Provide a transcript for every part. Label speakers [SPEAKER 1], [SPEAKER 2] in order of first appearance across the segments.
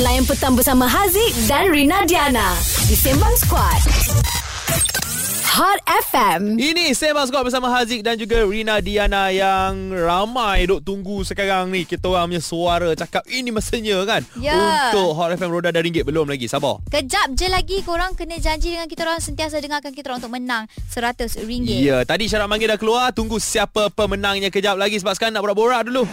[SPEAKER 1] Layan petang bersama Haziq dan Rina Diana di Sembang Squad. Hot FM.
[SPEAKER 2] Ini Sembang Squad bersama Haziq dan juga Rina Diana yang ramai duk tunggu sekarang ni. Kita orang punya suara cakap ini mestinya kan.
[SPEAKER 3] Ya.
[SPEAKER 2] Untuk Hot FM Roda dan Ringgit belum lagi. Sabar.
[SPEAKER 3] Kejap je lagi korang kena janji dengan kita orang sentiasa dengarkan kita orang untuk menang RM100.
[SPEAKER 2] Ya, tadi syarat manggil dah keluar. Tunggu siapa pemenangnya kejap lagi sebab sekarang nak borak-borak dulu.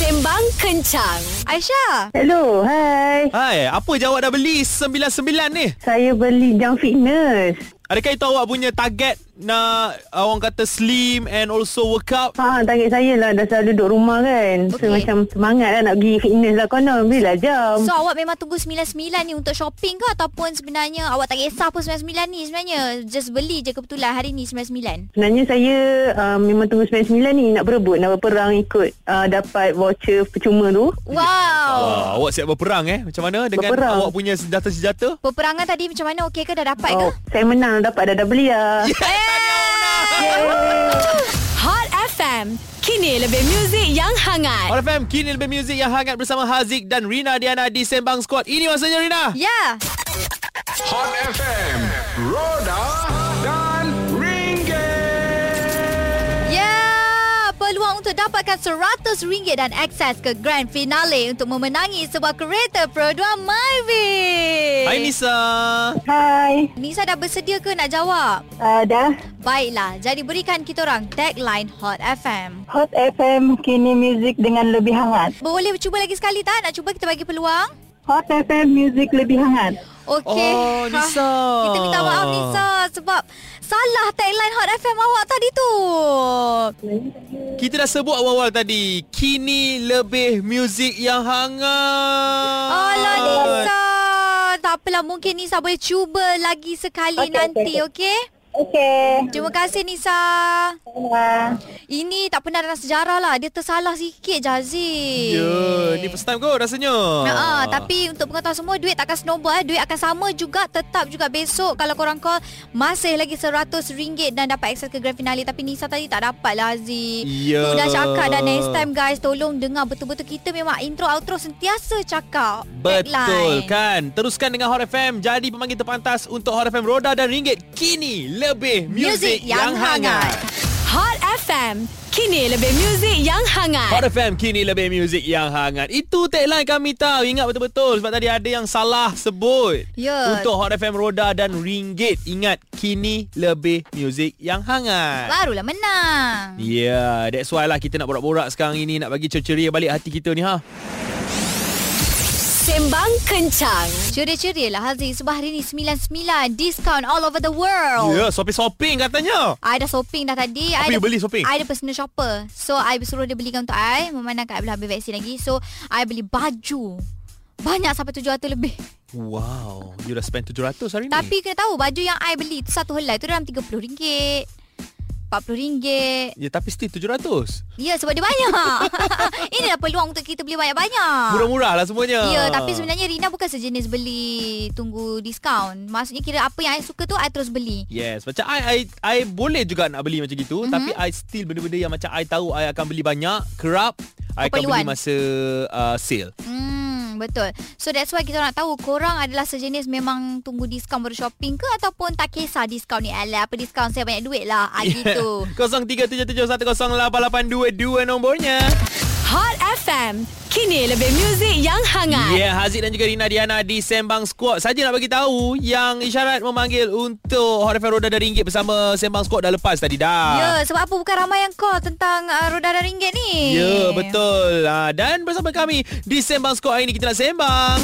[SPEAKER 1] Sembang Kencang.
[SPEAKER 3] Aisyah,
[SPEAKER 4] Hello, hai.
[SPEAKER 2] Hai, apa je awak dah beli 99 ni?
[SPEAKER 4] Saya beli jam fitness.
[SPEAKER 2] Adakah itu awak punya target nak ah, orang kata slim and also workout?
[SPEAKER 4] Ha, target saya lah dah selalu duduk rumah kan. So
[SPEAKER 3] Okey.
[SPEAKER 4] macam semangat lah nak pergi fitness lah konon. Belilah jam.
[SPEAKER 3] so awak memang tunggu 99 ni untuk shopping ke ataupun sebenarnya awak tak kisah pun 99 ni sebenarnya just beli je kebetulan hari ni 99.
[SPEAKER 4] Sebenarnya saya uh, memang tunggu 99 ni nak berebut, nak berperang ikut uh, dapat voucher percuma tu.
[SPEAKER 3] Wow.
[SPEAKER 2] Wah, awak siap berperang eh. Macam mana dengan
[SPEAKER 4] Berperang.
[SPEAKER 2] awak punya senjata-senjata?
[SPEAKER 3] Peperangan tadi macam mana okey ke dah dapat ke?
[SPEAKER 4] Oh, saya menang dapat dah, dah beli lah.
[SPEAKER 1] Hot FM. Kini lebih muzik yang hangat.
[SPEAKER 2] Hot FM, kini lebih muzik yang hangat bersama Haziq dan Rina Diana di Sembang Squad. Ini masanya Rina.
[SPEAKER 3] Ya. Yeah.
[SPEAKER 5] Hot FM Roda dan Ringgit
[SPEAKER 3] Ya, yeah, peluang untuk dapatkan RM100 dan akses ke grand finale untuk memenangi sebuah kereta produk Myvi.
[SPEAKER 2] Hai Nisa.
[SPEAKER 4] Hai.
[SPEAKER 3] Nisa dah bersedia ke nak jawab?
[SPEAKER 4] Uh, dah.
[SPEAKER 3] Baiklah, jadi berikan kita orang tagline Hot FM.
[SPEAKER 4] Hot FM, kini muzik dengan lebih hangat.
[SPEAKER 3] Boleh cuba lagi sekali tak? Nak cuba kita bagi peluang?
[SPEAKER 4] Hot FM, muzik lebih hangat.
[SPEAKER 3] Okey.
[SPEAKER 2] Oh, Nisa.
[SPEAKER 3] Ha, kita minta maaf Nisa sebab salah tagline Hot FM awak tadi tu.
[SPEAKER 2] Kita dah sebut awal-awal tadi. Kini lebih muzik yang hangat.
[SPEAKER 3] Alah Nisa. Tak apalah mungkin Nisa boleh cuba lagi sekali okay,
[SPEAKER 4] Okey,
[SPEAKER 3] nanti,
[SPEAKER 4] okey,
[SPEAKER 3] okey?
[SPEAKER 4] Okey.
[SPEAKER 3] Terima kasih Nisa. Ini tak pernah dalam sejarah lah. Dia tersalah sikit je Aziz.
[SPEAKER 2] Ya, ni first time kot rasanya.
[SPEAKER 3] Ah, tapi untuk pengetahuan semua duit takkan snowball eh. Duit akan sama juga tetap juga besok kalau korang call masih lagi RM100 dan dapat akses ke grand finale tapi Nisa tadi tak dapat lah Aziz.
[SPEAKER 2] Ya.
[SPEAKER 3] Tu dah cakap dah next time guys tolong dengar betul-betul kita memang intro outro sentiasa cakap.
[SPEAKER 2] Betul
[SPEAKER 3] Tagline.
[SPEAKER 2] kan Teruskan dengan Hot FM Jadi pemanggil terpantas Untuk Hot FM Roda dan Ringgit Kini lebih muzik yang, hangat.
[SPEAKER 1] Hot FM. Kini lebih muzik yang
[SPEAKER 2] Hot
[SPEAKER 1] hangat.
[SPEAKER 2] FM kini lebih muzik yang hangat. Itu tagline kami tahu. Ingat betul-betul sebab tadi ada yang salah sebut.
[SPEAKER 3] Ya.
[SPEAKER 2] Untuk Hot FM Roda dan Ringgit. Ingat kini lebih muzik yang hangat.
[SPEAKER 3] Barulah menang.
[SPEAKER 2] Ya, yeah, that's why lah kita nak borak-borak sekarang ini nak bagi ceria balik hati kita ni ha.
[SPEAKER 1] Sembang Kencang.
[SPEAKER 3] Ceria-ceria lah Aziz sebab hari ni 99 discount all over the world.
[SPEAKER 2] Ya, yeah, shopping-shopping katanya.
[SPEAKER 3] I dah shopping dah tadi.
[SPEAKER 2] Apa
[SPEAKER 3] I
[SPEAKER 2] you
[SPEAKER 3] dah-
[SPEAKER 2] beli shopping?
[SPEAKER 3] I ada personal shopper. So I suruh dia belikan untuk I. Memandang kat I belum habis vaksin lagi. So I beli baju. Banyak sampai 700 lebih.
[SPEAKER 2] Wow, you dah spend 700 hari ni.
[SPEAKER 3] Tapi kena tahu baju yang I beli tu satu helai tu dalam RM30. RM40.
[SPEAKER 2] Ya, tapi still 700.
[SPEAKER 3] Ya sebab dia banyak. Inilah peluang untuk kita beli banyak-banyak.
[SPEAKER 2] Murah-murah lah semuanya.
[SPEAKER 3] Ah. Ya, tapi sebenarnya Rina bukan sejenis beli tunggu diskaun. Maksudnya kira apa yang I suka tu I terus beli.
[SPEAKER 2] Yes, macam I, I I boleh juga nak beli macam gitu
[SPEAKER 3] Mhm.
[SPEAKER 2] mm-hmm. tapi I still benda-benda yang macam I tahu I akan beli banyak, kerap I akan beli
[SPEAKER 3] Keperluan.
[SPEAKER 2] masa uh, sale.
[SPEAKER 3] Hmm, betul. So that's why kita nak tahu korang adalah sejenis memang tunggu diskaun baru shopping ke ataupun tak kisah diskaun ni. Alah, apa diskaun saya banyak duit lah.
[SPEAKER 2] Ya.
[SPEAKER 3] Ah, gitu.
[SPEAKER 2] 0377108822 nombornya.
[SPEAKER 1] Hot FM. Kini lebih muzik yang hangat.
[SPEAKER 2] Ya, yeah, Haziq dan juga Rina Diana di Sembang Squad. Saja nak bagi tahu yang isyarat memanggil untuk Hot FM Roda dan Ringgit bersama Sembang Squad dah lepas tadi dah.
[SPEAKER 3] Ya, sebab apa bukan ramai yang call tentang uh, roda dan ringgit ni.
[SPEAKER 2] Ya, betul. Ha, dan bersama kami di Sembang Squad hari ini kita nak sembang.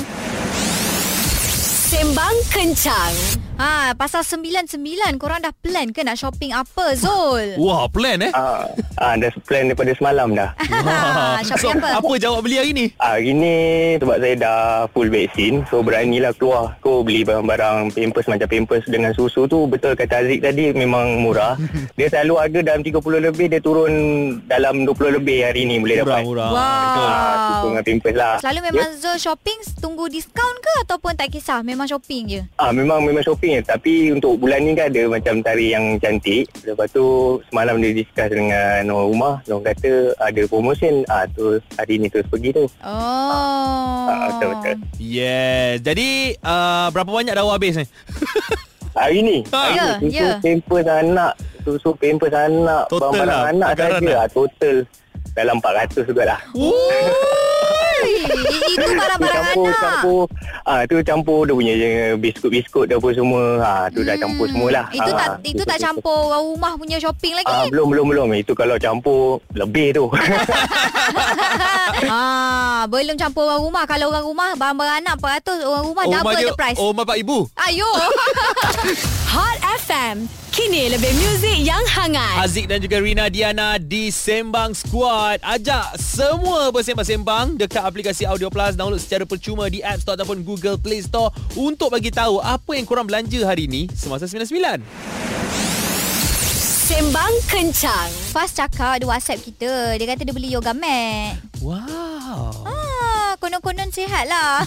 [SPEAKER 1] Sembang Kencang.
[SPEAKER 3] Ha, pasal 99 korang dah plan ke nak shopping apa, Zul?
[SPEAKER 2] Wah, plan eh.
[SPEAKER 6] Ah, ah, dah plan daripada semalam dah.
[SPEAKER 3] Ha,
[SPEAKER 2] so,
[SPEAKER 3] shopping apa?
[SPEAKER 2] apa jawab beli hari ni?
[SPEAKER 6] Ah, hari ni sebab saya dah full vaksin, so beranilah keluar. Kau beli barang-barang pampers macam pampers dengan susu tu betul kata Aziz tadi memang murah. dia selalu ada dalam 30 lebih, dia turun dalam 20 lebih hari ni boleh dapat.
[SPEAKER 2] Murah-murah.
[SPEAKER 3] Wow.
[SPEAKER 6] Ah, susu dengan pampers lah.
[SPEAKER 3] Selalu memang Zul shopping tunggu diskaun ke ataupun tak kisah memang shopping je?
[SPEAKER 6] Ah, memang memang shopping rasanya Tapi untuk bulan ni kan ada macam tari yang cantik Lepas tu semalam dia discuss dengan orang rumah Orang kata ada promotion ah, tu Hari ni terus pergi tu
[SPEAKER 3] Oh.
[SPEAKER 6] ah, Betul-betul
[SPEAKER 2] Yes. Jadi uh, berapa banyak dah awak habis ni?
[SPEAKER 6] Hari ni
[SPEAKER 2] Ha.
[SPEAKER 6] hari
[SPEAKER 3] Ya,
[SPEAKER 6] ni,
[SPEAKER 3] ya.
[SPEAKER 6] Susu pampers anak Susu pampers anak
[SPEAKER 2] Total
[SPEAKER 6] Barang-barang
[SPEAKER 2] lah,
[SPEAKER 6] anak
[SPEAKER 2] anggaran
[SPEAKER 6] saja
[SPEAKER 2] lah.
[SPEAKER 6] lah. Total Dalam 400 juga lah
[SPEAKER 3] Ui, itu barang-barang
[SPEAKER 6] campur,
[SPEAKER 3] anak.
[SPEAKER 6] Campur, ah tu campur dia punya je biskut-biskut dia apa semua. Ha tu hmm. dah campur semualah.
[SPEAKER 3] Itu
[SPEAKER 6] Ah,
[SPEAKER 3] tak itu tak campur orang rumah punya shopping lagi.
[SPEAKER 6] Ah belum belum belum. Itu kalau campur lebih tu.
[SPEAKER 3] ah, belum campur orang rumah. Kalau orang rumah barang-barang anak 400, orang rumah double
[SPEAKER 2] dia,
[SPEAKER 3] the price.
[SPEAKER 2] Oh, mak pak ibu.
[SPEAKER 3] Ayo.
[SPEAKER 1] Hot FM. Kini lebih muzik yang hangat.
[SPEAKER 2] Aziz dan juga Rina Diana di Sembang Squad. Ajak semua bersembang-sembang dekat aplikasi Audio Plus. Download secara percuma di App Store ataupun Google Play Store untuk bagi tahu apa yang korang belanja hari ni semasa 99.
[SPEAKER 1] Sembang kencang.
[SPEAKER 3] Fast cakap di WhatsApp kita. Dia kata dia beli yoga mat.
[SPEAKER 2] Wow.
[SPEAKER 3] Ah, konon-konon sihat lah.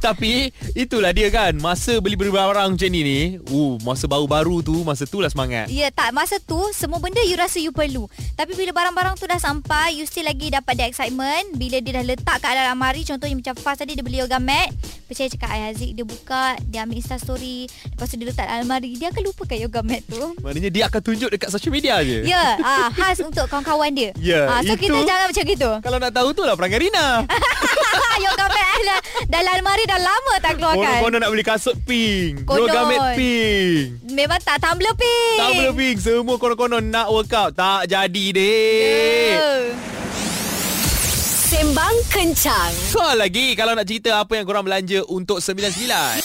[SPEAKER 2] Tapi itulah dia kan. Masa beli beli barang macam ni ni, uh, masa baru-baru tu, masa tu lah semangat.
[SPEAKER 3] Ya tak Masa tu Semua benda you rasa you perlu Tapi bila barang-barang tu dah sampai You still lagi dapat the excitement Bila dia dah letak kat dalam amari Contohnya macam Fast tadi Dia beli yoga mat Percaya cakap Ayah Aziz Dia buka Dia ambil instastory Lepas tu dia letak dalam amari Dia akan lupakan yoga mat tu
[SPEAKER 2] Maknanya dia akan tunjuk dekat social media je.
[SPEAKER 3] Ya ah, Khas untuk kawan-kawan dia
[SPEAKER 2] Ya,
[SPEAKER 3] ah, So
[SPEAKER 2] itu-
[SPEAKER 3] kita jangan macam gitu
[SPEAKER 2] Kalau nak tahu tu lah perangai Rina.
[SPEAKER 3] Yoga mat dah, lah, dalam amari dah lama tak keluarkan
[SPEAKER 2] Kono-kono nak beli kasut pink.
[SPEAKER 3] kan? Konon.
[SPEAKER 2] Yogamet pink.
[SPEAKER 3] Memang tak tumbler pink
[SPEAKER 2] Tak boleh pink Semua konon-konon nak workout Tak jadi deh yeah.
[SPEAKER 3] Ya.
[SPEAKER 1] Sembang kencang.
[SPEAKER 2] Call lagi Kalau nak cerita Apa yang korang belanja Untuk 99